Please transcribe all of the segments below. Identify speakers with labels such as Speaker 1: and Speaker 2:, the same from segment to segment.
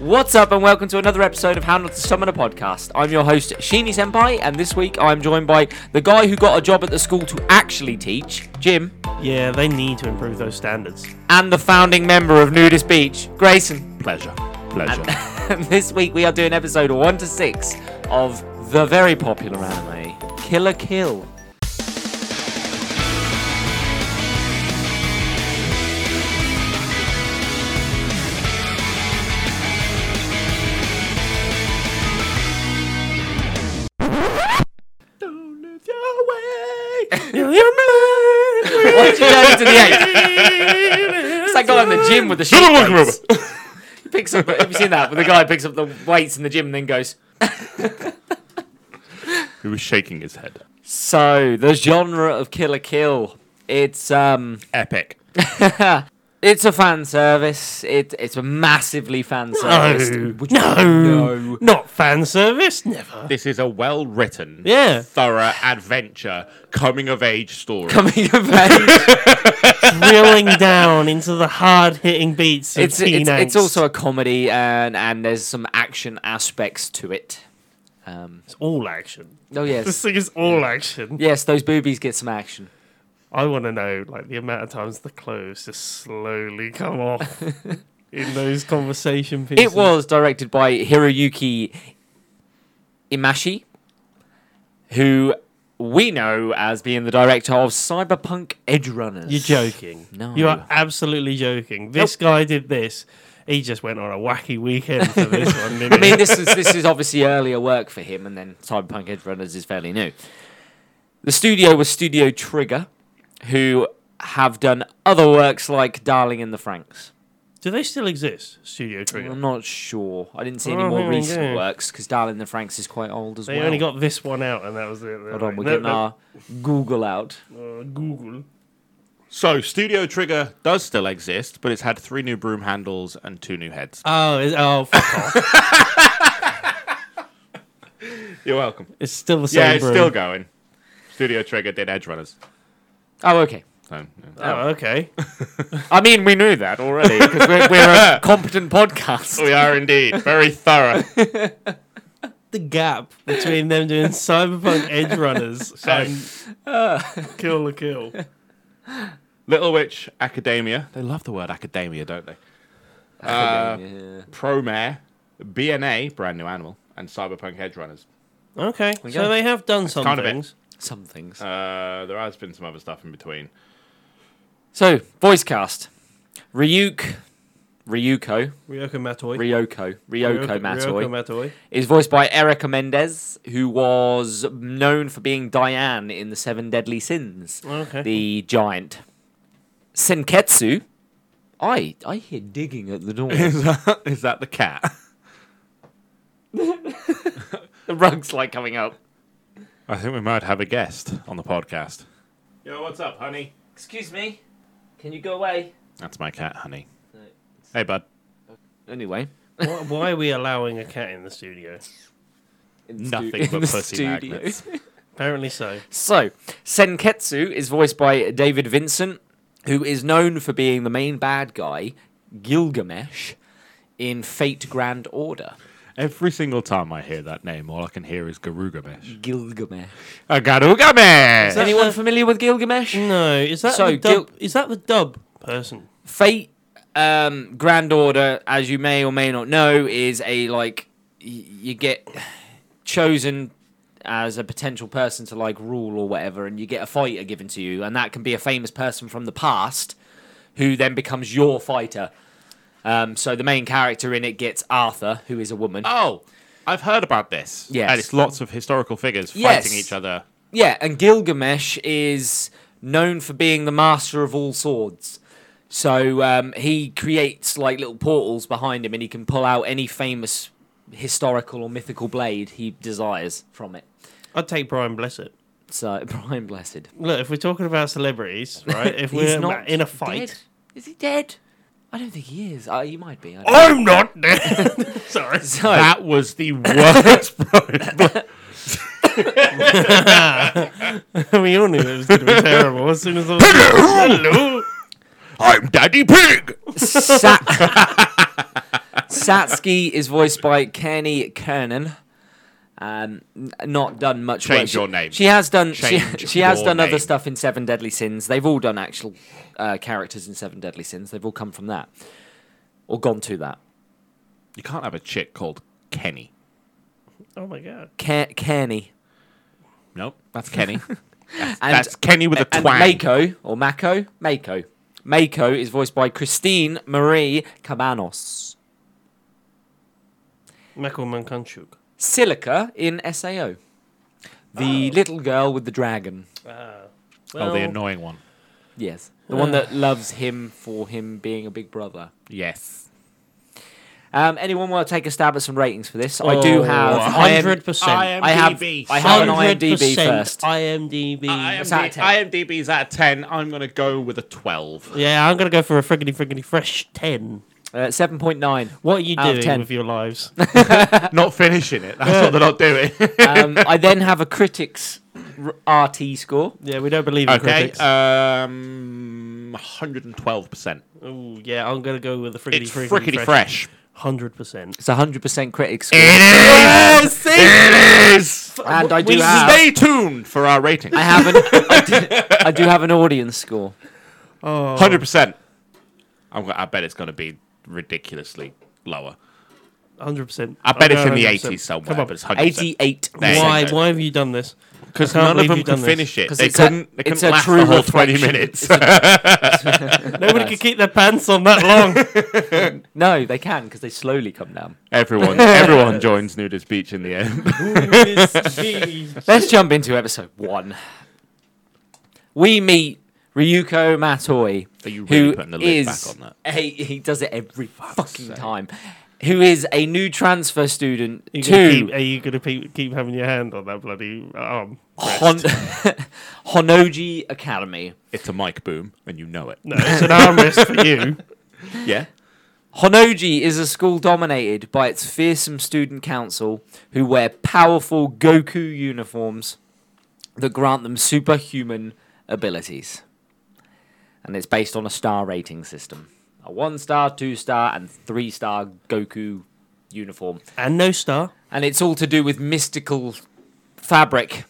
Speaker 1: What's up, and welcome to another episode of How Not to Summon a Podcast. I'm your host, Shini Senpai, and this week I'm joined by the guy who got a job at the school to actually teach, Jim,
Speaker 2: Yeah, they need to improve those standards.
Speaker 1: and the founding member of Nudist Beach, Grayson.
Speaker 3: Pleasure. Pleasure.
Speaker 1: And this week we are doing episode 1 to 6 of the very popular anime, Killer Kill. What's your journey to the eight? It's that guy in the gym with the sheep
Speaker 3: Should've walked
Speaker 1: weights. He picks up. Have you seen that? Where the guy picks up the weights in the gym and then goes.
Speaker 3: He was shaking his head.
Speaker 1: So the genre of Killer Kill, it's um,
Speaker 3: Epic.
Speaker 1: it's a fan service. It it's massively fan service.
Speaker 2: No, not fan service, never.
Speaker 3: This is a well written,
Speaker 2: Yeah.
Speaker 3: thorough adventure, coming of age story.
Speaker 1: Coming of age.
Speaker 2: Drilling down into the hard-hitting beats of
Speaker 1: It's,
Speaker 2: teen
Speaker 1: it's it's
Speaker 2: angst.
Speaker 1: also a comedy and and there's some action aspects to it. Um,
Speaker 2: It's all action.
Speaker 1: oh
Speaker 2: This
Speaker 1: yes,
Speaker 2: thing is all action.
Speaker 1: yes, those boobies get some action.
Speaker 2: I want to know, like, the amount of times the clothes just slowly come off in those conversation pieces.
Speaker 1: It was directed by Hiroyuki Imashi, who we know as being the director of Cyberpunk Edgerunners.
Speaker 2: You're joking.
Speaker 1: No.
Speaker 2: You are absolutely joking. This guy did this. He just went on a wacky weekend for this one. Didn't
Speaker 1: I mean, this is this is obviously earlier work for him, and then Cyberpunk Edge Runners is fairly new. The studio was Studio Trigger, who have done other works like Darling in the Franks.
Speaker 2: Do they still exist, Studio Trigger?
Speaker 1: I'm not sure. I didn't see any
Speaker 2: Oh,
Speaker 1: more
Speaker 2: yeah,
Speaker 1: recent
Speaker 2: yeah.
Speaker 1: works because Darling in the Franks is quite old as
Speaker 2: They
Speaker 1: well.
Speaker 2: only got this one out, and that was it.
Speaker 1: Hold on, we're getting our Google out.
Speaker 2: uh, Google.
Speaker 3: so, Studio Trigger does still exist, but it's had three new broom handles and two new heads.
Speaker 2: Oh, it's, oh, fuck off!
Speaker 3: You're welcome.
Speaker 2: It's still the same.
Speaker 3: yeah, it's
Speaker 2: broom.
Speaker 3: still going. Studio Trigger did Edge Runners.
Speaker 1: Oh, okay.
Speaker 3: So, yeah.
Speaker 2: Oh, okay.
Speaker 1: I mean, we knew that already because we're, we're a competent podcast.
Speaker 3: We are indeed very thorough.
Speaker 2: the gap between them doing Cyberpunk Edge Runners and Kill the Kill.
Speaker 3: Little Witch Academia. They love the word academia, don't they?
Speaker 1: Yeah.
Speaker 3: Promare, BNA, brand new animal, and Cyberpunk Edge Runners.
Speaker 2: Okay, so
Speaker 1: go.
Speaker 2: they have done some
Speaker 3: kind of it.
Speaker 2: things.
Speaker 1: Some things.
Speaker 3: Uh, there has been some other stuff in between.
Speaker 1: So, voice cast. Ryuk, Ryuko,
Speaker 2: Ryoko Matoi.
Speaker 1: Ryoko, Ryoko, Matoi
Speaker 2: Ryoko Matoi.
Speaker 1: is voiced by Erica Mendez, who was known for being Diane in The Seven Deadly Sins,
Speaker 2: Okay.
Speaker 1: the giant. Senketsu, I I hear digging at the door.
Speaker 3: Is that, is that the cat?
Speaker 1: the rug's like coming up.
Speaker 3: I think we might have a guest on the podcast. Yo, what's up, honey?
Speaker 1: Excuse me, can you go away?
Speaker 3: That's my cat, honey. Hey, bud.
Speaker 1: Anyway,
Speaker 2: why, why are we allowing a cat in the studio?
Speaker 1: in the
Speaker 3: Nothing
Speaker 1: in
Speaker 3: but
Speaker 1: the
Speaker 3: pussy magnets.
Speaker 2: Apparently so.
Speaker 1: So, Senketsu is voiced by David Vincent, who is known for being the main bad guy, Gilgamesh, in Fate Grand Order.
Speaker 3: Every single time I hear that name, all I can hear is Garugamesh.
Speaker 1: Gilgamesh.
Speaker 3: A Garugamesh!
Speaker 1: Is anyone familiar with Gilgamesh?
Speaker 2: No, is that
Speaker 1: So,
Speaker 2: the dub?
Speaker 1: Gil-
Speaker 2: is that the dub person?
Speaker 1: Fate um, Grand Order, as you may or may not know, is a like y- you get chosen as a potential person to like rule or whatever, and you get a fighter given to you, and that can be a famous person from the past who then becomes your fighter. Um, so the main character in it gets Arthur, who is a woman.
Speaker 3: oh, I've heard about this.
Speaker 1: Yes.
Speaker 3: And it's lots of historical figures
Speaker 1: Yes.
Speaker 3: fighting each other.
Speaker 1: Yeah, and Gilgamesh is known for being the master of all swords. So um, he creates like little portals behind him, and he can pull out any famous historical or mythical blade he desires from it.
Speaker 2: I'd take Brian Blessed.
Speaker 1: So Brian Blessed,
Speaker 2: Look, if we're talking about celebrities, right? If
Speaker 1: he's
Speaker 2: we're
Speaker 1: not
Speaker 2: in a fight,
Speaker 1: dead. Is he dead? I don't think he is. Uh, he might be. I don't
Speaker 2: I'm not dead. Sorry.
Speaker 1: So
Speaker 3: That was the worst.
Speaker 2: we all knew it was going to be terrible as soon as I was. Hello.
Speaker 3: I'm Daddy Pig!
Speaker 1: Sa- Satsuki is voiced by Kenny Kernan. Um, n- not done much.
Speaker 3: Change
Speaker 1: work. She-
Speaker 3: your name.
Speaker 1: She has done. She,
Speaker 3: Change
Speaker 1: she has
Speaker 3: your
Speaker 1: done other
Speaker 3: name.
Speaker 1: stuff in Seven Deadly Sins. They've all done actual uh, characters in Seven Deadly Sins. They've all come from that, or gone to that.
Speaker 3: You can't have a chick called Kenny.
Speaker 2: Oh my god.
Speaker 1: Ke- Kearney
Speaker 3: Nope, that's Kenny.
Speaker 1: and,
Speaker 3: that's Kenny with a
Speaker 1: and
Speaker 3: twang.
Speaker 1: Mako or Mako. Mako. Mako is voiced by Christine Marie Cabanos.
Speaker 2: Michael Mankanchuk.
Speaker 1: Silica in Sao. The little girl with the dragon.
Speaker 2: Ah.
Speaker 3: oh, the annoying one.
Speaker 1: Yes. The one that loves him for him being a big brother.
Speaker 3: Yes.
Speaker 1: Um, anyone want to take a stab at some ratings for this? I do
Speaker 2: Oh,
Speaker 1: have I am-
Speaker 2: 100%.
Speaker 1: I have,
Speaker 3: IMDb.
Speaker 1: I have an IMDb
Speaker 2: 100%
Speaker 1: first.
Speaker 2: IMDb.
Speaker 1: It's out of 10.
Speaker 3: IMD, IMDb's at 10. I'm going to go with a 12.
Speaker 2: yeah, I'm gonna go for a friggity friggity fresh ten.
Speaker 1: Uh, 7.9.
Speaker 2: What are you
Speaker 1: Out of
Speaker 2: doing
Speaker 1: 10.
Speaker 2: with your lives?
Speaker 3: not finishing it. That's what they're not doing.
Speaker 1: Um, I then have a critics r- RT score.
Speaker 2: yeah, we don't believe in
Speaker 3: okay. uh,
Speaker 2: critics.
Speaker 3: Um, 112%.
Speaker 2: Ooh, yeah, I'm gonna go with a friggity
Speaker 3: It's
Speaker 2: friggity,
Speaker 3: frickety fresh.
Speaker 2: Hundred percent.
Speaker 1: It's 100% critics score.
Speaker 3: It is. It is.
Speaker 1: And I do
Speaker 2: We
Speaker 1: have.
Speaker 3: Stay tuned for our rating.
Speaker 1: I have an. I do, I do have an audience score.
Speaker 2: Oh.
Speaker 3: 100%. I'm, go- I bet it's going to be ridiculously lower.
Speaker 2: Hundred percent.
Speaker 3: I bet it's in the 80s somewhere.
Speaker 2: Come on,
Speaker 3: but it's 100%.
Speaker 1: 88.
Speaker 3: There you
Speaker 2: Why?
Speaker 3: go.
Speaker 2: Why have you done this?
Speaker 3: Because
Speaker 2: I can't
Speaker 3: none of
Speaker 2: believe
Speaker 3: them
Speaker 2: you've done
Speaker 3: could
Speaker 2: this.
Speaker 3: finish it.
Speaker 1: 'Cause
Speaker 3: They
Speaker 1: it's a-
Speaker 3: couldn't. They
Speaker 1: it's
Speaker 3: couldn't
Speaker 1: a
Speaker 3: last
Speaker 1: true
Speaker 3: the whole twenty
Speaker 1: reflection.
Speaker 3: minutes.
Speaker 2: Nobody could keep their pants on that long.
Speaker 1: No, they can because they slowly come down.
Speaker 3: everyone, everyone joins Nudist Beach in the end.
Speaker 1: Let's jump into episode one. We meet Ryuko Matoi,
Speaker 3: Are you really
Speaker 1: who
Speaker 3: putting the lid back
Speaker 1: is
Speaker 3: on that?
Speaker 1: a- he does it every fucking time. Who is a new transfer student
Speaker 2: You gonna
Speaker 1: to
Speaker 2: keep, are you gonna pe- keep having your hand on that bloody arm?
Speaker 1: Hon- Honoji Academy.
Speaker 3: It's a mic boom, and you know it.
Speaker 2: No, it's an arm rest for you.
Speaker 3: Yeah.
Speaker 1: Honoji is a school dominated by its fearsome student council who wear powerful Goku uniforms that grant them superhuman abilities. And it's based on a star rating system a one star, two star, and three star Goku uniform.
Speaker 2: And no star.
Speaker 1: And it's all to do with mystical fabric.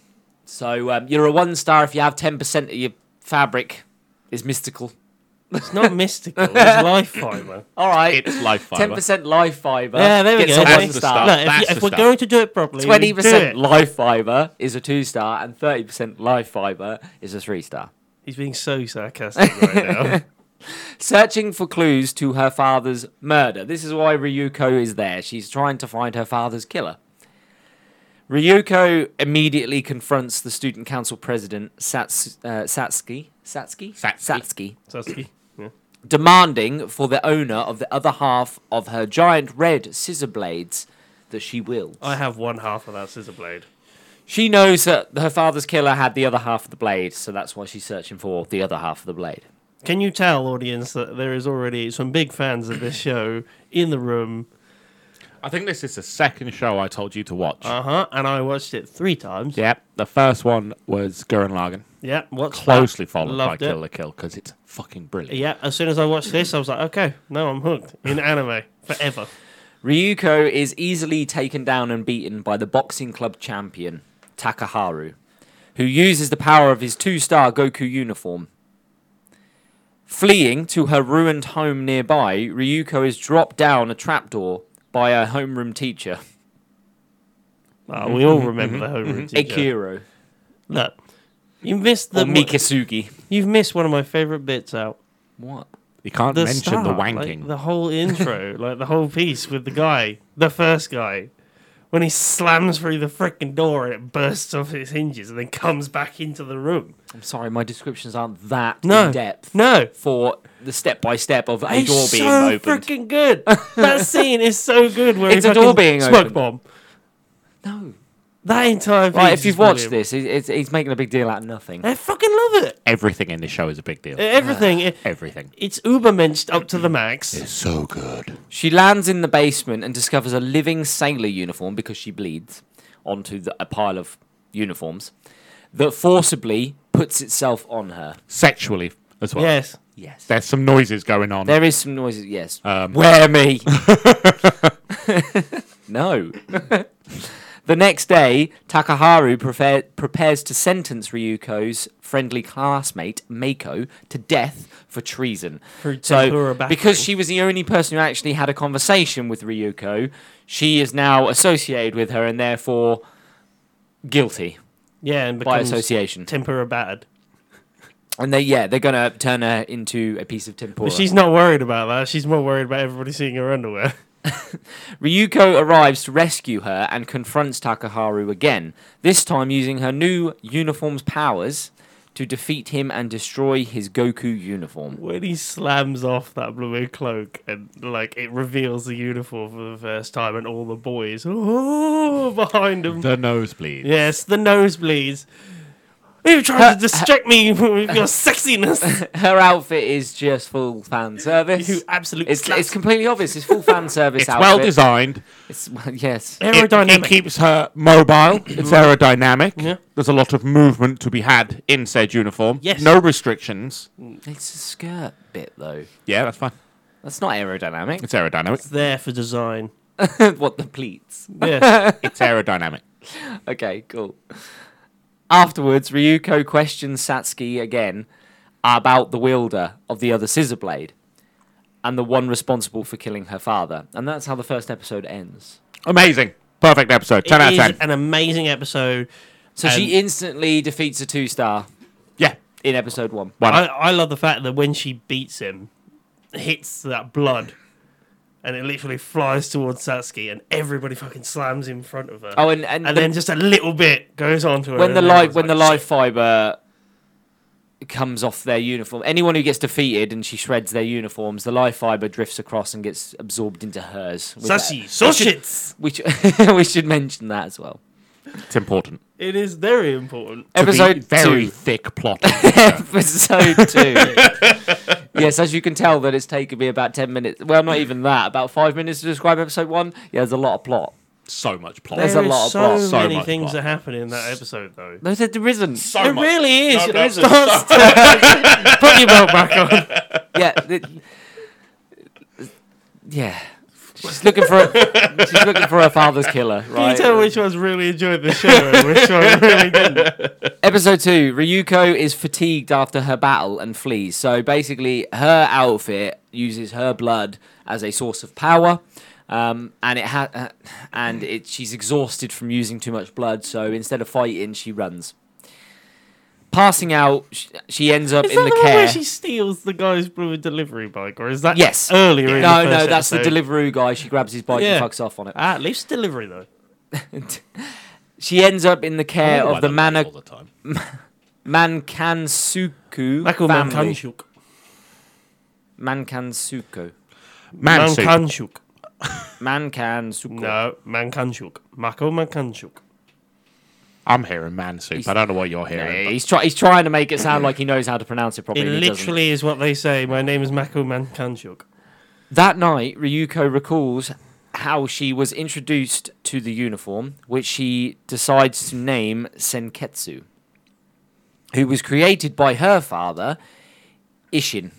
Speaker 1: So um, you're a one star if you have 10% of your fabric is mystical.
Speaker 2: It's not mystical. It's life fiber.
Speaker 1: All right.
Speaker 3: It's life
Speaker 1: Ten
Speaker 3: fiber.
Speaker 1: percent live fiber.
Speaker 2: Yeah, there we
Speaker 1: gets
Speaker 2: go.
Speaker 1: A
Speaker 2: That's
Speaker 1: one
Speaker 2: the
Speaker 1: star.
Speaker 3: stuff.
Speaker 2: Look, if,
Speaker 3: that's
Speaker 2: you-
Speaker 3: the
Speaker 2: if we're
Speaker 3: stuff.
Speaker 2: going to do it properly, we
Speaker 1: Twenty percent
Speaker 2: do it.
Speaker 1: live fiber is a two star, and thirty percent live fiber is a three star.
Speaker 2: He's being so sarcastic right now.
Speaker 1: Searching for clues to her father's murder. This is why Ryuko is there. She's trying to find her father's killer. Ryuko immediately confronts the student council president Sats- uh, Satsuki. Satsuki?
Speaker 3: Satsuki.
Speaker 1: Satsuki.
Speaker 2: Sasuke. Yeah.
Speaker 1: demanding for the owner of the other half of her giant red scissor blades that she wields.
Speaker 2: I have one half of that scissor blade.
Speaker 1: She knows that her father's killer had the other half of the blade, so that's why she's searching for the other half of the blade.
Speaker 2: Can you tell, audience, that there is already some big fans of this show in the room?
Speaker 3: I think this is the second show I told you to watch.
Speaker 2: Uh huh. And I watched it three times.
Speaker 3: yep. The first one was Gurren Lagann,
Speaker 2: Yeah. What's
Speaker 3: closely
Speaker 2: that?
Speaker 3: followed
Speaker 2: Loved
Speaker 3: by
Speaker 2: it.
Speaker 3: Kill the Kill because it's fucking brilliant.
Speaker 2: Yeah. As soon as I watched this, I was like, okay, no, I'm hooked in anime forever.
Speaker 1: Ryuko is easily taken down and beaten by the boxing club champion, Takaharu, who uses the power of his two star Goku uniform. Fleeing to her ruined home nearby, Ryuko is dropped down a trapdoor by her homeroom teacher,
Speaker 2: Oh, we
Speaker 1: Mm-hmm,
Speaker 2: all remember the homeroom teacher.
Speaker 1: Ikiro,
Speaker 2: Look, you missed
Speaker 1: or
Speaker 2: the
Speaker 1: Mikasugi.
Speaker 2: You've missed one of my favorite bits out.
Speaker 1: What?
Speaker 3: You can't
Speaker 2: The
Speaker 3: mention the
Speaker 2: start, like,
Speaker 3: wanking.
Speaker 2: the whole intro, like the whole piece with the guy, the first guy, when he slams through the freaking door and it bursts off its hinges and then comes back into the room.
Speaker 1: I'm sorry, my descriptions aren't that
Speaker 2: No,
Speaker 1: in depth.
Speaker 2: no,
Speaker 1: for the step by step of a
Speaker 2: it's
Speaker 1: door being
Speaker 2: so
Speaker 1: opened.
Speaker 2: freaking good. That scene is so good. Where
Speaker 1: It's
Speaker 2: he
Speaker 1: a door
Speaker 2: fucking
Speaker 1: being
Speaker 2: smoke
Speaker 1: opened.
Speaker 2: bomb.
Speaker 1: No.
Speaker 2: That entire piece
Speaker 1: Right, if
Speaker 2: is
Speaker 1: you've watched this,
Speaker 2: brilliant.
Speaker 1: he- it's, he's making a big deal out of nothing.
Speaker 2: I fucking love it.
Speaker 3: Everything in this show is a big deal.
Speaker 2: E, Everything. it-
Speaker 3: Everything.
Speaker 2: it's ubermensched up to the max.
Speaker 3: It's so good.
Speaker 1: She lands in the basement and discovers a living sailor uniform because she bleeds onto the, a pile of uniforms that forcibly puts itself on her.
Speaker 3: Sexually as well.
Speaker 2: Yes.
Speaker 1: Yes.
Speaker 3: There's some noises going on.
Speaker 1: There is some noises. Yes.
Speaker 3: Um,
Speaker 1: Wear me. no. the next day, Takaharu prepare, prepares to sentence Ryuko's friendly classmate Mako to death for treason.
Speaker 2: Through
Speaker 1: So,
Speaker 2: tempura backing.
Speaker 1: because she was the only person who actually had a conversation with Ryuko, she is now associated with her and therefore guilty
Speaker 2: Yeah, and
Speaker 1: by
Speaker 2: becomes
Speaker 1: association.
Speaker 2: tempura battered.
Speaker 1: And they, yeah, they're gonna turn her into a piece of tempura.
Speaker 2: But she's not worried about that. She's more worried about everybody seeing her underwear.
Speaker 1: Ryuko arrives to rescue her and confronts Takaharu again, this time using her new uniform's powers to defeat him and destroy his Goku uniform.
Speaker 2: When he slams off that blue cloak and like it reveals the uniform for the first time, and all the boys oh, behind him.
Speaker 3: the nosebleed.
Speaker 2: Yes, the nosebleeds. You're trying to distract me with your sexiness.
Speaker 1: Her outfit is just full fan service.
Speaker 2: you absolute.
Speaker 1: It's,
Speaker 2: slut.
Speaker 1: it's completely obvious. It's full fan service
Speaker 3: It's
Speaker 1: outfit.
Speaker 3: well designed.
Speaker 1: It's- well, yes.
Speaker 3: It, it
Speaker 2: aerodynamic.
Speaker 3: keeps her mobile. It's aerodynamic.
Speaker 2: Yeah.
Speaker 3: There's a lot of movement to be had in said uniform.
Speaker 2: Yes.
Speaker 3: No restrictions.
Speaker 1: It's a skirt bit though.
Speaker 3: Yeah, that's fine.
Speaker 1: That's not aerodynamic.
Speaker 3: It's aerodynamic.
Speaker 2: It's there for design.
Speaker 1: what the pleats.
Speaker 2: Yes.
Speaker 3: It's aerodynamic.
Speaker 1: Okay, cool. Afterwards, Ryuko questions Satsuki again about the wielder of the other scissor blade and the one responsible for killing her father. And that's how the first episode ends.
Speaker 3: Amazing. Perfect episode. 10 out
Speaker 2: it
Speaker 3: of
Speaker 2: is an
Speaker 3: 10.
Speaker 2: amazing episode.
Speaker 1: So she instantly defeats a two star
Speaker 3: Yeah.
Speaker 1: in episode one.
Speaker 3: Why
Speaker 2: I,
Speaker 3: not?
Speaker 2: I love the fact that when she beats him, hits that blood, and it literally flies towards Satsuki, and everybody fucking slams in front of her.
Speaker 1: Oh, and, and,
Speaker 2: and
Speaker 1: the-
Speaker 2: then just a little bit goes on to her.
Speaker 1: when the
Speaker 2: and
Speaker 1: live
Speaker 2: everyone's
Speaker 1: when the
Speaker 2: like,
Speaker 1: live fiber comes off their uniform, anyone who gets defeated and she shreds their uniforms, the live fiber drifts across and gets absorbed into hers. With that-
Speaker 2: Sassy sausages.
Speaker 1: We should, we should mention that as well.
Speaker 3: It's important.
Speaker 2: It is very important.
Speaker 3: To the
Speaker 1: Episode
Speaker 3: very
Speaker 1: two.
Speaker 3: thick plot.
Speaker 1: episode two. yes, as you can tell, that it's taken me about ten minutes. Well, not even that. About five minutes to describe episode one. Yeah, there's a lot of plot.
Speaker 3: so much plot.
Speaker 1: There's
Speaker 2: There
Speaker 1: a
Speaker 2: is
Speaker 1: lot of
Speaker 2: so
Speaker 1: plot.
Speaker 3: So
Speaker 2: many
Speaker 3: much
Speaker 2: things
Speaker 3: plot.
Speaker 2: that happen in that episode, though.
Speaker 1: No, there, there isn't.
Speaker 3: So
Speaker 2: It
Speaker 3: much.
Speaker 2: really is.
Speaker 3: No, no,
Speaker 2: It's
Speaker 3: no,
Speaker 2: not- Put your belt back on.
Speaker 1: yeah, th- yeah. She's looking for a, she's looking for her father's killer.
Speaker 2: Can you
Speaker 1: Right.
Speaker 2: tell which ones really enjoyed the show and which one really didn't?
Speaker 1: Episode two. Ryuko is fatigued after her battle and flees. So basically, her outfit uses her blood as a source of power. Um, and it ha- uh, and it, she's exhausted from using too much blood, so instead of fighting, she runs. Passing out, she, she ends up
Speaker 2: Is
Speaker 1: in
Speaker 2: that
Speaker 1: the,
Speaker 2: the one
Speaker 1: care.
Speaker 2: where she steals the guy's blue delivery bike, or is that
Speaker 1: Yes.
Speaker 2: earlier? in
Speaker 1: no,
Speaker 2: the
Speaker 1: no,
Speaker 2: first
Speaker 1: that's the
Speaker 2: episode?
Speaker 1: delivery guy. She grabs his bike
Speaker 2: Yeah.
Speaker 1: and fucks off on it.
Speaker 2: Ah, at least delivery though.
Speaker 1: She ends up in the care
Speaker 3: Why
Speaker 1: of the
Speaker 3: that
Speaker 1: Mana-
Speaker 3: all the time.
Speaker 1: Mankansuku
Speaker 2: Like all
Speaker 1: family.
Speaker 2: Mankanshuk.
Speaker 1: Mankansuku.
Speaker 3: Man suit.
Speaker 2: Mankanshuk.
Speaker 1: Mankansuku.
Speaker 2: No, Mankanshuk. Mako Mankanshuk.
Speaker 3: I'm hearing man soup. I don't know what you're hearing.
Speaker 1: Yeah, he's, try- he's trying to make it sound like he knows how to pronounce it
Speaker 2: It
Speaker 1: properly. and he doesn't.
Speaker 2: literally is what they say. My name is Mako Mankanshuk.
Speaker 1: That night, Ryuko recalls how she was introduced to the uniform, which she decides to name Senketsu, who was created by her father, Ishin.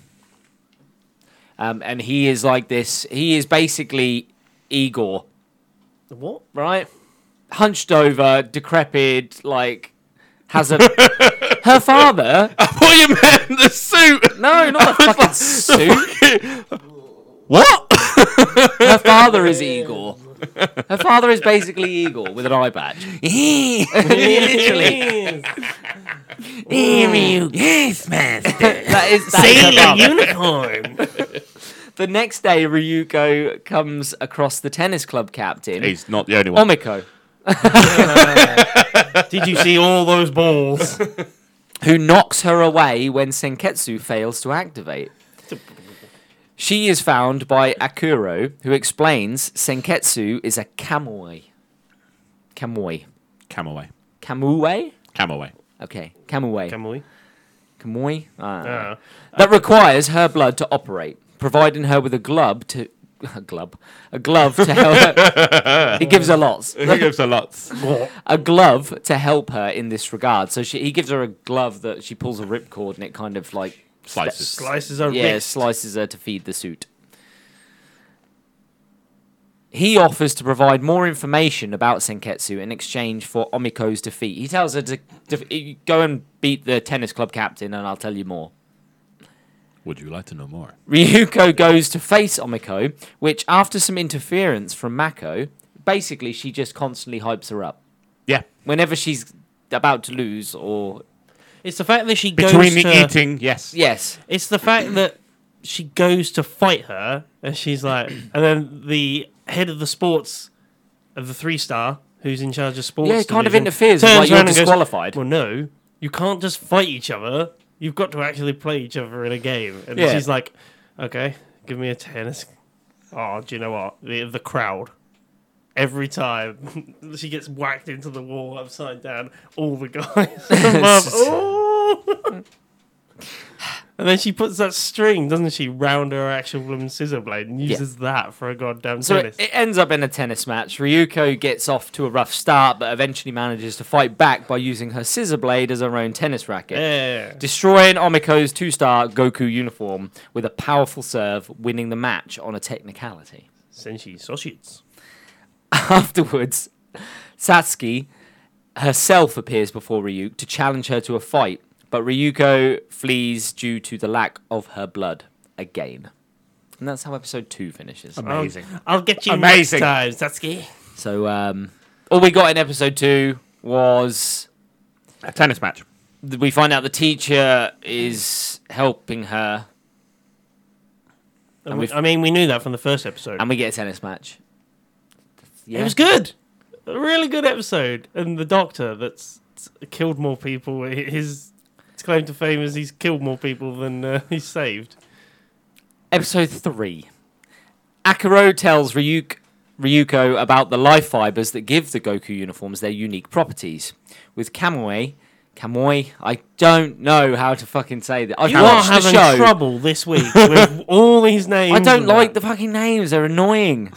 Speaker 1: Um, and he is like this. He is basically Igor,
Speaker 2: What?
Speaker 1: right? Hunched over, decrepit, like has a. her father?
Speaker 3: But... what you meant? The suit.
Speaker 1: No, not the fucking suit.
Speaker 3: What?
Speaker 1: Her father is Igor. Her father is basically Igor with an eye badge. Literally.
Speaker 3: Mm. yes, man.
Speaker 1: That is, that is her father.
Speaker 2: unicorn.
Speaker 1: The next day, Ryuko comes across the tennis club captain,
Speaker 3: He's not the only
Speaker 2: Um,
Speaker 3: one.
Speaker 1: Omiko,
Speaker 2: Did you see all those balls?
Speaker 1: who knocks her away when Senketsu fails to activate. She is found by Akuro, who explains Senketsu is a kamui. Kamui.
Speaker 3: Come away.
Speaker 1: Kamui?
Speaker 3: Come away.
Speaker 1: Okay. Kamui.
Speaker 2: Emily.
Speaker 1: Kamui? Ah.
Speaker 2: Uh,
Speaker 1: that requires her blood to operate, providing her with a glove to a glove, a glove to help. Her. He gives her lots.
Speaker 3: He gives a lot.
Speaker 1: A glove to help her in this regard. So she, he gives her a glove that she pulls a ripcord and it kind of like
Speaker 3: slices.
Speaker 2: Slices are
Speaker 1: yeah,
Speaker 2: wrist.
Speaker 1: slices her to feed the suit. He offers to provide more information about Senketsu in exchange for Omiko's defeat. He tells her to, to go and beat the tennis club captain, and I'll tell you more.
Speaker 3: Would you like to know more?
Speaker 1: Ryuko goes to face Omiko, which, after some interference from Mako, basically she just constantly hypes her up.
Speaker 3: Yeah.
Speaker 1: Whenever she's about to lose, or.
Speaker 2: It's the fact that she goes
Speaker 3: Between the
Speaker 2: to,
Speaker 3: eating, yes.
Speaker 1: Yes.
Speaker 2: It's the fact that she goes to fight her, and she's like, and then the head of the sports of the three star, who's in charge of sports,
Speaker 1: Yeah, it kind of
Speaker 2: division,
Speaker 1: interferes,
Speaker 2: turns
Speaker 1: like, you're
Speaker 2: around and goes,
Speaker 1: disqualified.
Speaker 2: well, no, you can't just fight each other. You've got to actually play each other in a game. And
Speaker 1: Yeah.
Speaker 2: she's like, okay, give me a tennis. Oh, do you know what? The, the crowd. Every time she gets whacked into the wall upside down, all the guys above. "Oh!" and then she puts that string, doesn't she, round her actual wooden scissor blade and uses that for a goddamn
Speaker 1: So it,
Speaker 2: tennis.
Speaker 1: it ends up in a tennis match. Ryuko gets off to a rough start, but eventually manages to fight back by using her scissor blade as her own tennis racket,
Speaker 2: yeah.
Speaker 1: destroying Omiko's two star Goku uniform with a powerful serve, winning the match on a technicality.
Speaker 2: Senshi sausage.
Speaker 1: Afterwards, Satsuki herself appears before Ryuk to challenge her to a fight, but Ryuko flees due to the lack of her blood again. And that's how episode two finishes.
Speaker 3: Amazing.
Speaker 2: Um, I'll get you
Speaker 3: Amazing.
Speaker 2: next time, Satsuki.
Speaker 1: So, um, all we got in episode two was
Speaker 3: A tennis match.
Speaker 1: th- we find out the teacher is helping her,
Speaker 2: And we-
Speaker 1: we've-
Speaker 2: I mean, we knew that from the first episode.
Speaker 1: and we get a tennis match. Yeah.
Speaker 2: It was good. A really good episode. And the doctor that's killed more people, his claim to fame is he's killed more people than uh, he's saved.
Speaker 1: Episode three. Akaro tells Ryuk, Ryuko about the life fibers that give the Goku uniforms their unique properties. With Kamui, Kamui, I don't know how to fucking say that. I've
Speaker 2: You are
Speaker 1: watched the
Speaker 2: having
Speaker 1: show.
Speaker 2: trouble this week with all these names.
Speaker 1: I don't
Speaker 2: and
Speaker 1: like
Speaker 2: that.
Speaker 1: the fucking names. They're annoying.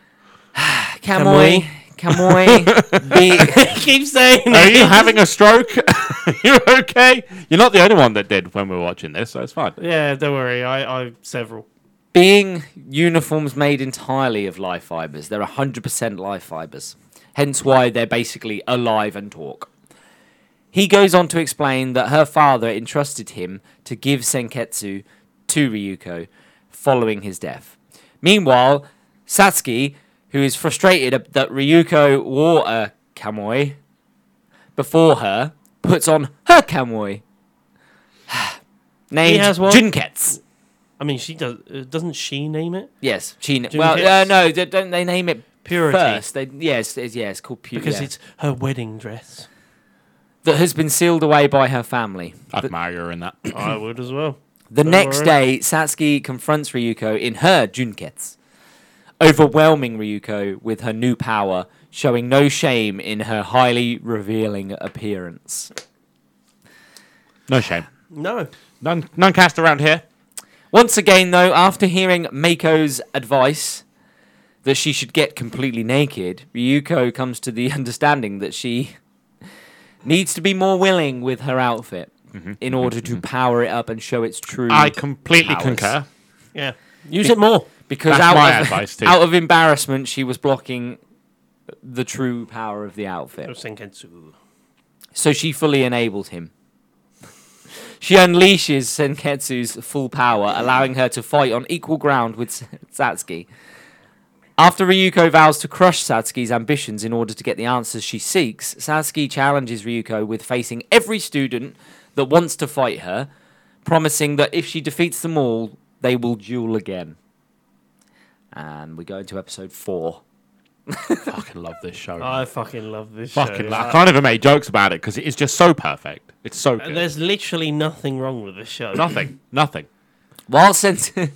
Speaker 1: Kamui, Kamui, B.
Speaker 2: Keep saying
Speaker 3: Are
Speaker 2: it.
Speaker 3: you having a stroke? You're okay. You're not the only one that did when we were watching this, so it's fine.
Speaker 2: Yeah, don't worry. I, I several.
Speaker 1: Being uniforms made entirely of life fibers, they're 100% life fibers. Hence why they're basically alive and talk. He goes on to explain that her father entrusted him to give Senketsu to Ryuko following his death. Meanwhile, Satsuki, who is frustrated ab- that Ryuko wore a kamui before her, puts on her kamui. Named
Speaker 2: has one?
Speaker 1: Junketsu.
Speaker 2: I mean, she does. Uh, doesn't she name it?
Speaker 1: Yes, she.
Speaker 2: June
Speaker 1: Well, uh,
Speaker 2: Hicks.
Speaker 1: no, d- don't they name it
Speaker 2: Purity.
Speaker 1: first? They, yes, it's, yeah, it's called purity.
Speaker 2: Because it's her wedding dress.
Speaker 1: that has been sealed away by her family.
Speaker 3: I admire her in that.
Speaker 2: I would as well.
Speaker 1: The
Speaker 2: Don't
Speaker 1: next
Speaker 2: worry.
Speaker 1: day, Satsuki confronts Ryuko in her Junkets, overwhelming Ryuko with her new power, showing no shame in her highly revealing appearance.
Speaker 3: No shame.
Speaker 2: No.
Speaker 3: None, none cast around here.
Speaker 1: Once again, though, after hearing Mako's advice that she should get completely naked, Ryuko comes to the understanding that she needs to be more willing with her outfit in order to power it up and show its true.
Speaker 3: Mm-hmm. I completely
Speaker 1: Powers.
Speaker 3: concur.
Speaker 2: Yeah. Use it more.
Speaker 1: because
Speaker 3: that's
Speaker 1: out
Speaker 3: my
Speaker 1: of,
Speaker 3: advice too.
Speaker 1: out of embarrassment, she was blocking the true power of the outfit.
Speaker 2: Oh, Senketsu.
Speaker 1: So she fully enables him. She unleashes Senketsu's full power, allowing her to fight on equal ground with S- Satsuki. After Ryuko vows to crush Satsuki's ambitions in order to get the answers she seeks, Satsuki challenges Ryuko with facing every student that wants to fight her, promising that if she defeats them all, they will duel again. And we go into episode four.
Speaker 3: fucking love this show.
Speaker 2: I fucking love this
Speaker 3: fucking
Speaker 2: show.
Speaker 3: love. I can't even make jokes about it because it is just so perfect. It's so
Speaker 2: And
Speaker 3: good.
Speaker 2: Uh, there's literally nothing wrong with the show.
Speaker 3: nothing. Nothing.
Speaker 1: While, sen-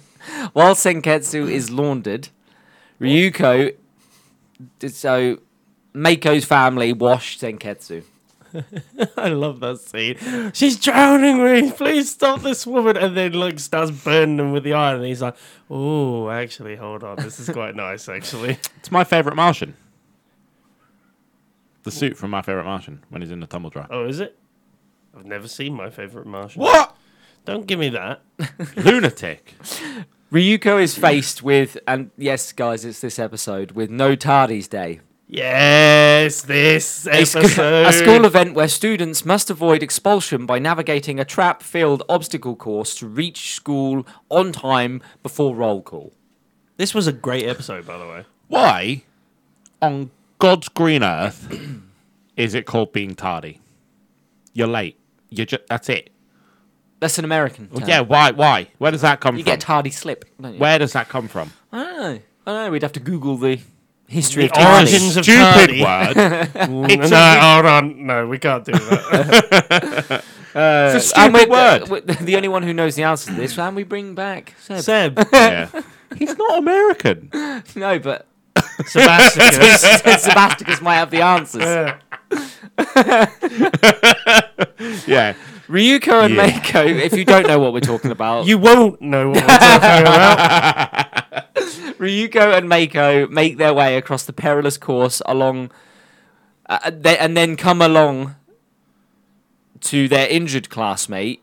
Speaker 1: while Senketsu is laundered, Ryuko. So, Mako's family wash Senketsu.
Speaker 2: I love that scene. She's drowning me. Please stop this woman. And then like starts burning them with the iron. And he's like, oh, actually, hold on. This is quite nice, actually.
Speaker 3: It's my favorite Martian. The suit from My Favorite Martian when he's in the tumble dryer.
Speaker 2: Oh, is it? I've never seen my favorite Martian.
Speaker 3: What?
Speaker 2: Don't give me that.
Speaker 3: Lunatic.
Speaker 1: Ryuko is faced with, and yes, guys, it's this episode with No Tardies Day.
Speaker 2: Yes, this
Speaker 1: A sc-
Speaker 2: episode.
Speaker 1: a school event where students must avoid expulsion by navigating a trap filled obstacle course to reach school on time before roll call.
Speaker 2: This was a great episode, by the way.
Speaker 3: Why on God's green earth is it called being tardy? You're late. You're just that's it.
Speaker 1: That's an American. Term.
Speaker 3: Yeah, why why? Where does that come
Speaker 1: You
Speaker 3: from?
Speaker 1: get tardy slip, don't you?
Speaker 3: Where does that come from?
Speaker 1: I don't know. I don't know. We'd have to Google the history
Speaker 2: The
Speaker 1: of tardy.
Speaker 2: origins of
Speaker 3: Stupid
Speaker 2: tardy.
Speaker 3: word.
Speaker 2: Mm, no, no, hold on. No, we can't do that.
Speaker 1: Uh,
Speaker 3: It's a stupid
Speaker 1: and we're-
Speaker 3: word.
Speaker 1: we're the only one who knows the answer to this, and we bring back Seb.
Speaker 2: Seb,
Speaker 3: yeah. He's not American.
Speaker 1: No, but
Speaker 2: Sebastian.
Speaker 1: Sebasticus might have the answers.
Speaker 2: Yeah.
Speaker 3: Yeah.
Speaker 1: Ryuko and
Speaker 3: Yeah.
Speaker 1: Meiko, if you don't know what we're talking about,
Speaker 2: you won't know what we're talking about.
Speaker 1: Ryuko and Mako make their way across the perilous course along, uh, they, and then come along to their injured classmate,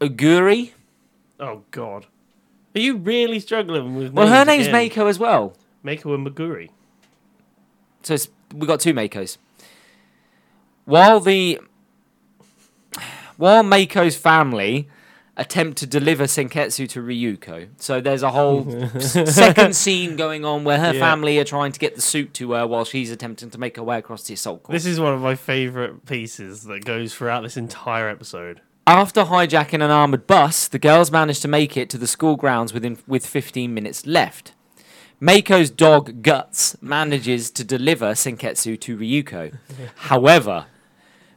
Speaker 1: Aguri.
Speaker 2: Oh, God. Are you really struggling with
Speaker 1: Well, her name's
Speaker 2: again?
Speaker 1: Mako as well,
Speaker 2: Mako and Maguri.
Speaker 1: so it's, we got two Makos. While the while Mako's family attempt to deliver Senketsu to Ryuko, so there's a whole s- second scene going on where her
Speaker 2: Yeah.
Speaker 1: family are trying to get the suit to her while she's attempting to make her way across the assault course.
Speaker 2: This is one of my favourite pieces that goes throughout this entire episode.
Speaker 1: After hijacking an armored bus, the girls managed to make it to the school grounds within with 15 minutes left. Mako's dog Guts manages to deliver Senketsu to Ryuko. However,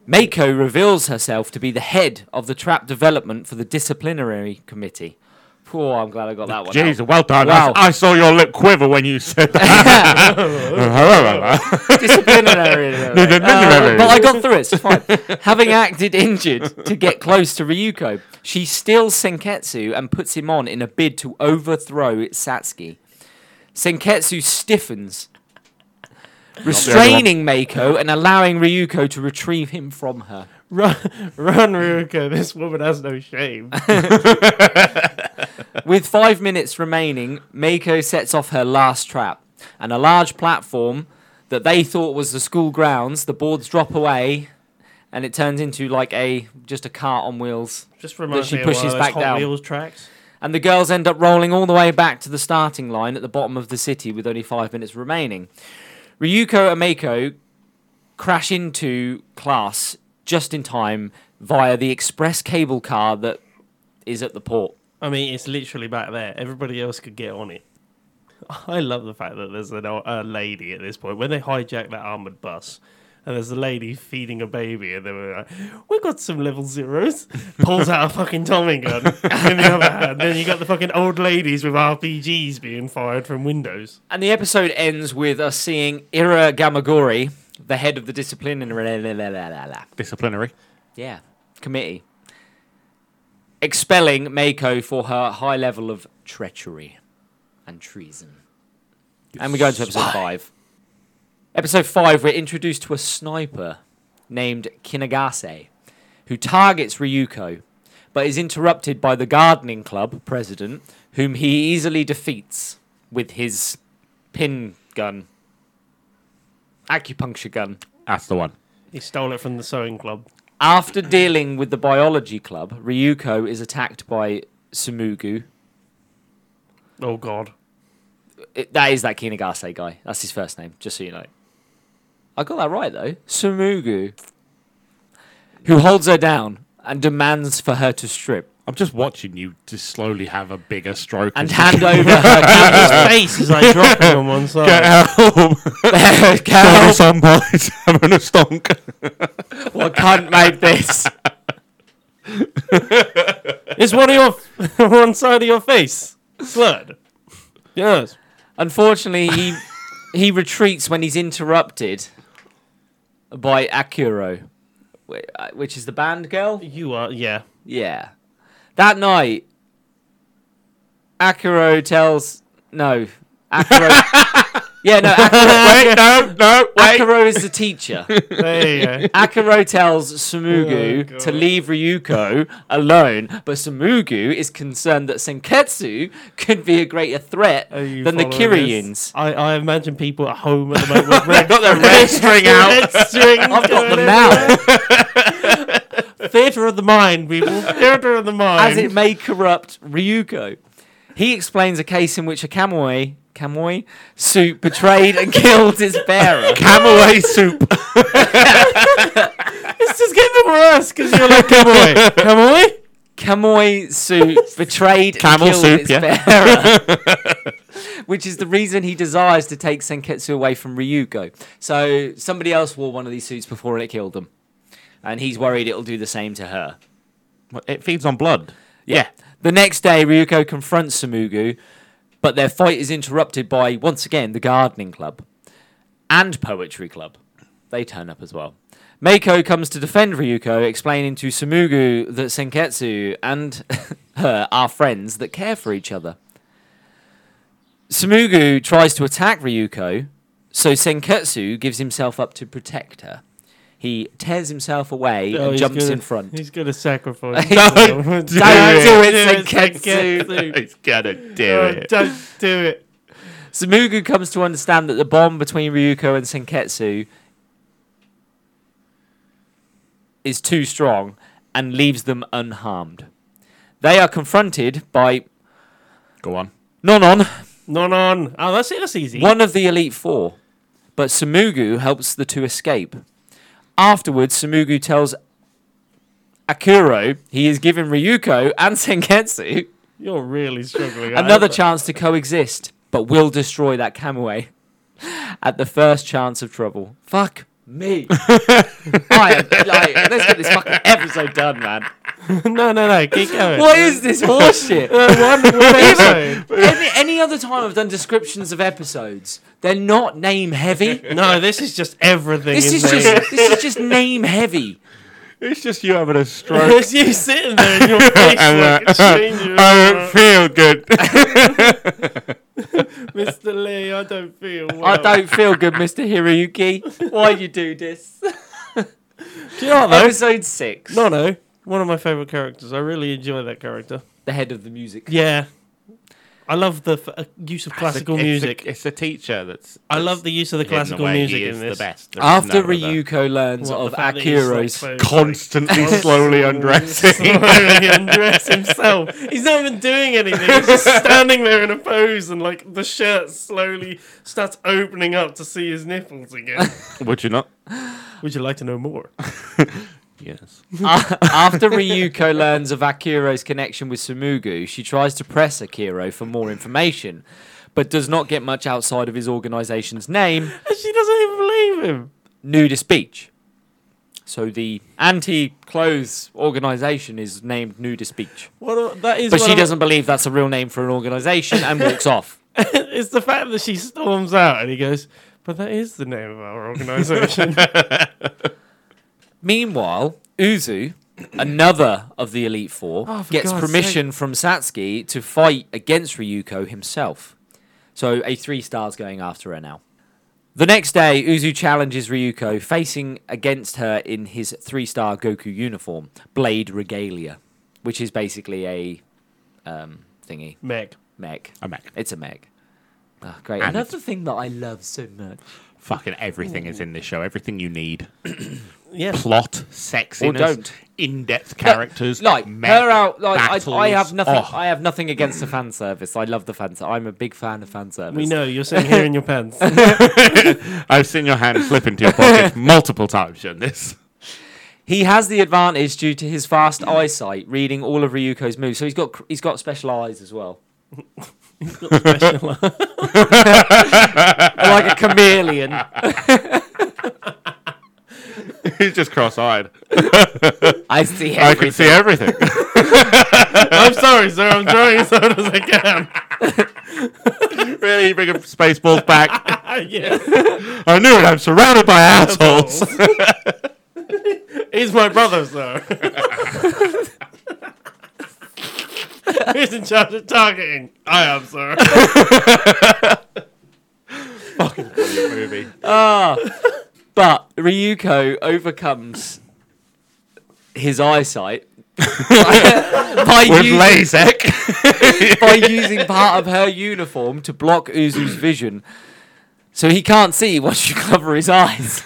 Speaker 1: Mako reveals herself to be the head of the trap development for the disciplinary committee. Poor, I'm glad I got that one. out.
Speaker 3: Jesus, well done.
Speaker 1: Wow.
Speaker 3: I, I saw your lip quiver when you said that.
Speaker 1: disciplinary.
Speaker 3: no, no,
Speaker 1: Uh,
Speaker 3: no.
Speaker 1: but I got through it. It's fine. Having acted injured to get close to Ryuko, she steals Senketsu and puts him on in a bid to overthrow Satsuki. Senketsu stiffens, restraining Mako and allowing Ryuko to retrieve him from her.
Speaker 2: Run, run, Ruka. This woman has no shame.
Speaker 1: With five minutes remaining, Mako sets off her last trap, and a large platform that they thought was the school grounds, the boards drop away, and it turns into like a just a cart on wheels.
Speaker 2: Just reminds
Speaker 1: she
Speaker 2: me of one
Speaker 1: pushes
Speaker 2: of those
Speaker 1: back
Speaker 2: Hot
Speaker 1: down.
Speaker 2: Wheels tracks.
Speaker 1: And the girls end up rolling all the way back to the starting line at the bottom of the city with only five minutes remaining. Ryuko and Mako crash into class just in time via the express cable car that is at the port.
Speaker 2: I mean, it's literally back there. Everybody else could get on it. I love the fact that there's an, o- a lady at this point when they hijack that armored bus. And there's a lady feeding a baby, and they were like, "We got some level zeros." Pulls out a fucking Tommy gun in the other hand. Then you got the fucking old ladies with RPGs being fired from windows.
Speaker 1: And the episode ends with us seeing Ira Gamagori, the head of the discipline and
Speaker 3: Disciplinary.
Speaker 1: yeah, committee, expelling Mako for her high level of treachery and treason. and we go into episode five. Episode five, we're introduced to a sniper named Kinagase, who targets Ryuko, but is interrupted by the gardening club president, whom he easily defeats with his pin gun, acupuncture gun.
Speaker 3: That's the one.
Speaker 2: He stole it from the sewing club.
Speaker 1: After dealing with the biology club, Ryuko is attacked by Sumugu.
Speaker 2: Oh God!
Speaker 1: It- that is that Kinagase guy. That's his first name, just so you know. I got that right, though. Sumugu. Who holds her down and demands for her to strip
Speaker 3: I'm just watching you just slowly have a bigger stroke.
Speaker 1: and hand over her
Speaker 2: His face is like dropping on one side.
Speaker 3: help.
Speaker 1: cow. cow.
Speaker 3: some boys having a stonk.
Speaker 1: What cunt made this?
Speaker 2: It's one of your one side of your face. Slurred. Yes.
Speaker 1: Unfortunately, he, he retreats when he's interrupted by Akuro, wh- uh, which is the band girl.
Speaker 2: You are yeah.
Speaker 1: Yeah. That night, Akiro tells. No. Akiro. Yeah, no, Akiro,
Speaker 3: Wait, no, no, wait.
Speaker 1: Akiro is the teacher.
Speaker 2: There you go.
Speaker 1: Akiro tells Sumugu
Speaker 2: Oh, God.
Speaker 1: to leave Ryuko alone, but Sumugu is concerned that Senketsu could be a greater threat
Speaker 2: Are you
Speaker 1: than the
Speaker 2: following
Speaker 1: Kyrians.
Speaker 2: this? I, I imagine people at home at the moment with red,
Speaker 3: Got the red string out.
Speaker 2: red string.
Speaker 1: I've got
Speaker 2: going
Speaker 1: them now.
Speaker 2: in. Theatre of the mind, people. Theatre of the mind.
Speaker 1: as it may corrupt Ryuko. He explains a case in which a Kamui, Kamui suit betrayed and killed its bearer.
Speaker 3: Camaway soup.
Speaker 2: it's just getting worse because you're like, come on, come on.
Speaker 1: Kamui suit betrayed
Speaker 3: Camel
Speaker 1: and killed
Speaker 3: soup,
Speaker 1: its
Speaker 3: yeah.
Speaker 1: bearer. Which is the reason he desires to take Senketsu away from Ryuko. So somebody else wore one of these suits before and it killed them. And he's worried it'll do the same to her.
Speaker 3: It feeds on blood.
Speaker 1: Yeah. The next day, Ryuko confronts Samugu, but their fight is interrupted by, once again, the gardening club and poetry club. They turn up as well. Mako comes to defend Ryuko, explaining to Samugu that Senketsu and her are friends that care for each other. Samugu tries to attack Ryuko, so Senketsu gives himself up to protect her. He tears himself away
Speaker 2: Oh,
Speaker 1: and
Speaker 2: he's
Speaker 1: jumps
Speaker 2: gonna-
Speaker 1: in front.
Speaker 2: He's gonna sacrifice.
Speaker 1: Don't
Speaker 2: himself.
Speaker 1: do it, Senketsu.
Speaker 2: Senketsu.
Speaker 3: He's gonna do
Speaker 2: Oh,
Speaker 3: it.
Speaker 2: Don't do it.
Speaker 1: Samugu comes to understand that the bond between Ryuko and Senketsu is too strong and leaves them unharmed. They are confronted by
Speaker 3: Go on.
Speaker 1: Nonon,
Speaker 2: Non on. Oh, that's it. That's easy.
Speaker 1: one of the Elite Four, but Samugu helps the two escape. Afterwards, Samugu tells Akuro he is giving Ryuko and Senketsu
Speaker 2: You're really struggling. aren't
Speaker 1: another
Speaker 2: you?
Speaker 1: chance to coexist, but will destroy that Kamui at the first chance of trouble. Fuck me. I am, like, let's get this fucking episode done, man.
Speaker 2: no, no, no. Keep going.
Speaker 1: What is this horseshit?
Speaker 2: No, one, one episode.
Speaker 1: any, any other time I've done descriptions of episodes, they're not name heavy.
Speaker 2: No, this is just everything.
Speaker 1: This is
Speaker 2: isn't it?
Speaker 1: just this is just name heavy.
Speaker 3: It's just you having a stroke.
Speaker 2: It's you sitting there in your face
Speaker 3: And,
Speaker 2: like
Speaker 3: uh,
Speaker 2: changing.
Speaker 3: I don't feel good.
Speaker 2: Mr. Lee, I don't feel well.
Speaker 1: I don't feel good, Mr. Hiroyuki. Why you do this?
Speaker 2: Do you know what, though?
Speaker 1: Episode six.
Speaker 2: No, no. One of my favourite characters. I really enjoy that character.
Speaker 1: The head of the music.
Speaker 2: Yeah. I love the f- uh, use of classical
Speaker 3: It's the-
Speaker 2: music.
Speaker 3: It's the teacher that's.
Speaker 2: I love the use of the
Speaker 3: hidden
Speaker 2: classical
Speaker 3: away.
Speaker 2: music
Speaker 3: He
Speaker 2: in
Speaker 3: is
Speaker 2: this.
Speaker 3: the best. There is
Speaker 1: After
Speaker 3: no other.
Speaker 1: Ryuko learns
Speaker 2: What,
Speaker 1: of
Speaker 2: the fact that he's, like,
Speaker 1: Akuro's
Speaker 2: so-
Speaker 3: constantly slowly undressing.
Speaker 2: slowly undress himself. He's not even doing anything. He's just standing there in a pose, and like the shirt slowly starts opening up to see his nipples again.
Speaker 3: Would you not?
Speaker 2: Would you like to know more?
Speaker 3: Yes.
Speaker 1: A- After Ryuko learns of Akiro's connection with Sumugu, she tries to press Akiro for more information, but does not get much outside of his organization's name,
Speaker 2: And she doesn't even believe him.
Speaker 1: Nudist Beach. So the anti-clothes organization is named Nudist Beach.
Speaker 2: What a, that is.
Speaker 1: But
Speaker 2: one
Speaker 1: she
Speaker 2: of-
Speaker 1: doesn't believe that's a real name for an organization and walks off.
Speaker 2: it's the fact that she storms out, and he goes. But that is the name of our organisation.
Speaker 1: Meanwhile, Uzu, another of the Elite Four,
Speaker 2: Oh, for
Speaker 1: gets
Speaker 2: God's
Speaker 1: permission from Satsuki to fight against Ryuko himself. So a three star's going after her now. The next day, Uzu challenges Ryuko, facing against her in his three star Goku uniform, Blade Regalia, which is basically a um, thingy,
Speaker 2: Meg.
Speaker 1: mech.
Speaker 3: I'm back.
Speaker 1: It's a mech. Oh, great.
Speaker 3: And
Speaker 1: Another thing that I love so much.
Speaker 3: Fucking everything is in this show. Everything you need.
Speaker 2: Yes.
Speaker 3: Plot, sexiness,
Speaker 1: don't.
Speaker 3: in-depth characters.
Speaker 1: like
Speaker 3: mech,
Speaker 1: her out. Like I, I
Speaker 3: battles.
Speaker 1: have nothing.
Speaker 3: Oh,
Speaker 1: I have nothing against the fan service. I love the fan. ser- I'm a big fan of fan service.
Speaker 2: We know you're sitting here in your pants.
Speaker 3: I've seen your hand slip into your pocket multiple times during this.
Speaker 1: he has the advantage due to his fast eyesight, reading all of Ryuko's moves. So he's got cr- he's got special eyes as well, like a chameleon.
Speaker 3: He's just cross-eyed.
Speaker 1: I see
Speaker 3: I can see
Speaker 1: everything.
Speaker 3: everything.
Speaker 2: I'm sorry, sir. I'm trying as hard as I can.
Speaker 3: really, you bring up Spaceballs back.
Speaker 2: yes.
Speaker 3: I knew it. I'm surrounded by assholes.
Speaker 2: He's my brother, sir. Who's in charge of targeting? I am, sir.
Speaker 3: Fucking
Speaker 4: brilliant movie.
Speaker 1: But Ryuko overcomes his eyesight by,
Speaker 3: With
Speaker 1: using,
Speaker 3: LASIK.
Speaker 1: by using part of her uniform to block Uzu's vision. So he can't see once you cover his eyes,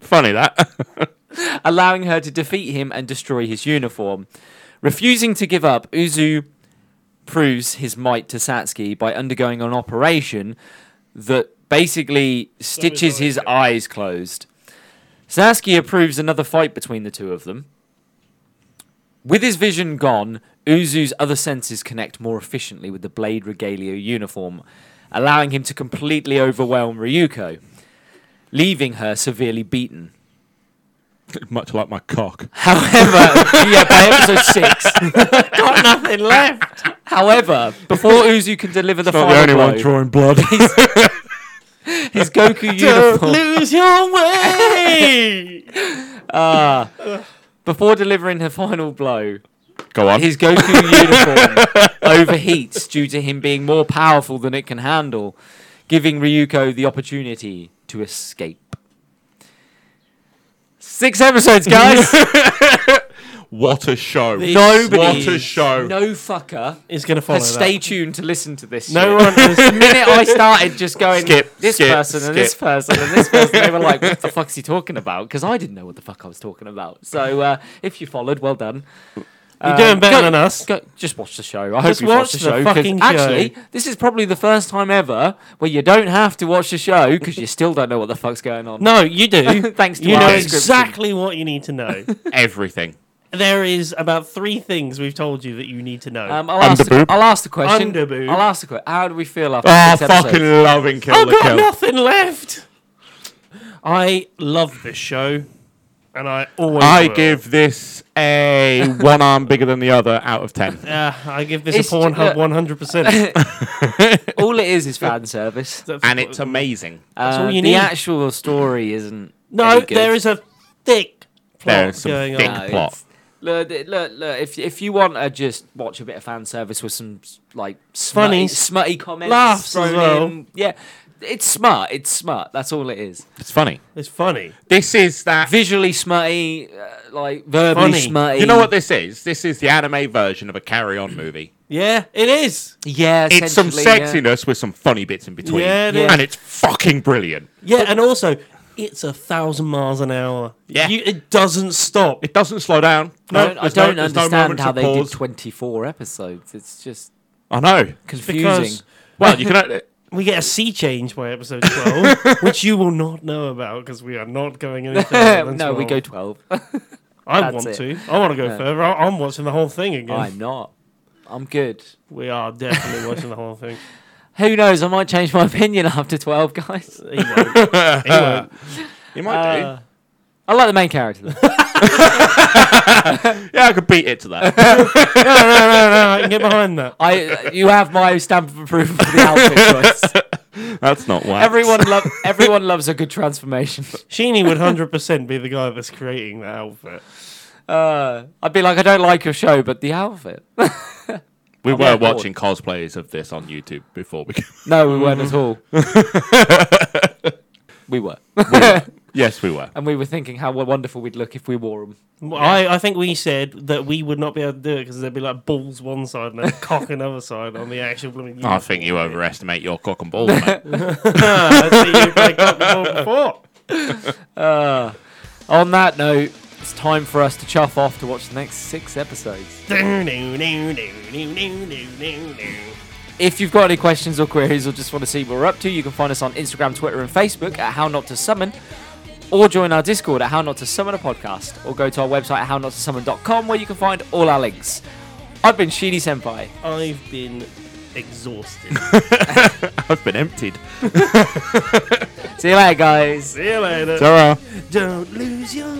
Speaker 3: Funny that.
Speaker 1: allowing her to defeat him and destroy his uniform. Refusing to give up, Uzu proves his might to Satsuki by undergoing an operation that basically stitches
Speaker 2: eyes
Speaker 1: his eyes closed. Sasuke approves another fight between the two of them. With his vision gone, Uzu's other senses connect more efficiently with the Blade Regalia uniform, allowing him to completely overwhelm Ryuko, leaving her severely beaten.
Speaker 3: Much like my cock.
Speaker 1: However, yeah, by episode six, got nothing left. However, before Uzu can deliver the
Speaker 3: Not
Speaker 1: final
Speaker 3: the only
Speaker 1: blow,
Speaker 3: one drawing blood.
Speaker 1: his Goku uniform.
Speaker 2: Lose your way.
Speaker 1: Ah. before delivering her final blow,
Speaker 3: Go on.
Speaker 1: his Goku uniform overheats due to him being more powerful than it can handle, giving Ryuko the opportunity to escape. Six episodes, guys.
Speaker 3: What a show.
Speaker 2: The-
Speaker 1: Nobody,
Speaker 3: What a show.
Speaker 1: no fucker,
Speaker 2: It's gonna follow.
Speaker 1: has
Speaker 2: That.
Speaker 1: stay tuned to listen to this.
Speaker 2: No
Speaker 1: shit.
Speaker 2: one
Speaker 1: the
Speaker 2: has.
Speaker 1: minute I started just going
Speaker 3: Skip,
Speaker 1: this
Speaker 3: skip,
Speaker 1: person and this
Speaker 3: skip.
Speaker 1: person and this person, they were like, "What the fuck's he talking about?" Because I didn't know what the fuck I was talking about. So uh, if you followed, well done.
Speaker 2: You're doing better
Speaker 1: Um, go-
Speaker 2: than us.
Speaker 1: Go, just watch the show. I hope
Speaker 2: Just
Speaker 1: you watch
Speaker 2: watch
Speaker 1: the
Speaker 2: the
Speaker 1: show. 'cause
Speaker 2: fucking show.
Speaker 1: actually, this is probably the first time ever where you don't have to watch the show because you still don't know what the fuck's going on.
Speaker 2: No, you do.
Speaker 1: Thanks to
Speaker 2: you
Speaker 1: our
Speaker 2: know
Speaker 1: description.
Speaker 2: exactly what you need to know.
Speaker 3: Everything.
Speaker 2: there is about three things we've told you that you need to know.
Speaker 1: Um, I'll, ask the,
Speaker 3: Underboob.
Speaker 1: I'll ask the question.
Speaker 2: Underboob.
Speaker 1: I'll ask the question. How do we feel after
Speaker 2: Ah,
Speaker 3: Oh,
Speaker 1: six episodes?
Speaker 3: fucking loving Kill
Speaker 2: I've
Speaker 3: the
Speaker 2: got
Speaker 3: Kill.
Speaker 2: nothing left. I love this show, and I always.
Speaker 3: I
Speaker 2: will.
Speaker 3: give this a one arm bigger than the other out of ten.
Speaker 2: Uh, I give this
Speaker 1: It's uh,
Speaker 2: a
Speaker 1: ju-
Speaker 2: Pornhub
Speaker 1: look.
Speaker 2: 100. percent
Speaker 1: All it is is fan service.
Speaker 3: And it's amazing.
Speaker 1: That's
Speaker 2: all you
Speaker 1: the
Speaker 2: need.
Speaker 1: actual story isn't.
Speaker 2: no.
Speaker 1: any good.
Speaker 2: There is a thick plot
Speaker 3: There's
Speaker 2: going
Speaker 3: some thick
Speaker 2: on.
Speaker 1: No,
Speaker 3: plot.
Speaker 1: it's- Look, th- look, look! If if you want to just watch a bit of fan service with some s- like smutty,
Speaker 2: Funny.
Speaker 1: smutty comments,
Speaker 2: Laughs as
Speaker 1: thrown
Speaker 2: well.
Speaker 1: in, yeah, it's smart. It's smart. That's all it is.
Speaker 3: It's funny.
Speaker 2: It's funny.
Speaker 3: This is that.
Speaker 1: Visually smutty, uh, like verbally
Speaker 2: Funny.
Speaker 1: smutty.
Speaker 3: You know what this is? This is the anime version of a carry on movie.
Speaker 2: Yeah, it is.
Speaker 1: Yeah,
Speaker 3: It's some
Speaker 1: essentially, yeah.
Speaker 3: sexiness with some funny bits in between.
Speaker 2: Yeah, it
Speaker 1: is.
Speaker 3: And it's fucking brilliant.
Speaker 2: Yeah, and also it's a thousand miles an hour.
Speaker 3: Yeah.
Speaker 2: you, it doesn't stop.
Speaker 3: It doesn't slow down.
Speaker 1: I don't, I
Speaker 3: there's no-
Speaker 1: don't
Speaker 3: there's no
Speaker 1: understand
Speaker 3: moments
Speaker 1: how
Speaker 3: of
Speaker 1: they
Speaker 3: pause.
Speaker 1: did 24 episodes. It's just
Speaker 3: I know.
Speaker 1: confusing.
Speaker 2: because
Speaker 3: Well, you can. o-
Speaker 2: we get a sea change by episode twelve, which you will not know about because we are not going any further.
Speaker 1: no,
Speaker 2: than
Speaker 1: we
Speaker 2: 12.
Speaker 1: go 12.
Speaker 2: I
Speaker 1: that's
Speaker 2: want
Speaker 1: it.
Speaker 2: to. I want to go further. I- I'm watching the whole thing again.
Speaker 1: I'm not. I'm good.
Speaker 2: We are definitely watching the whole thing.
Speaker 1: Who knows? I might change my opinion after 12, guys.
Speaker 2: He won't. He won't.
Speaker 3: You might do.
Speaker 1: I like the main character. though.
Speaker 3: Yeah, I could beat it to that.
Speaker 2: No, no, no, no. I can get behind that.
Speaker 1: I, you have my stamp of approval for the outfit choice.
Speaker 3: That's not why.
Speaker 1: Everyone love everyone loves a good transformation.
Speaker 2: Sheeny would 100% be the guy that's creating that outfit.
Speaker 1: Uh, I'd be like, I don't like your show, but the outfit.
Speaker 3: we
Speaker 1: yeah,
Speaker 3: were
Speaker 1: go on.
Speaker 3: watching cosplays of this on YouTube before we.
Speaker 1: No, we weren't at all. we were,
Speaker 3: yes, we were.
Speaker 1: and we were thinking how wonderful we'd look if we wore them.
Speaker 2: I, I think we said that we would not be able to do it because there'd be like balls one side and a cock another side on the actual blooming.
Speaker 3: I think you overestimate your cock and balls, mate.
Speaker 2: I see you played cock before. before.
Speaker 1: Uh, on that note, it's time for us to chuff off to watch the next six episodes.
Speaker 2: Do, do, do, do, do, do, do, do, do.
Speaker 1: If you've got any questions or queries or just want to see what we're up to, you can find us on Instagram, Twitter, and Facebook at How Not to Summon, or join our Discord at How Not to Summon a Podcast, or go to our website at hownottosummon.com where you can find all our links. I've been Shidi Senpai.
Speaker 2: I've been exhausted.
Speaker 3: I've been emptied.
Speaker 1: See you later, guys.
Speaker 2: see you later.
Speaker 3: ta
Speaker 2: Don't lose your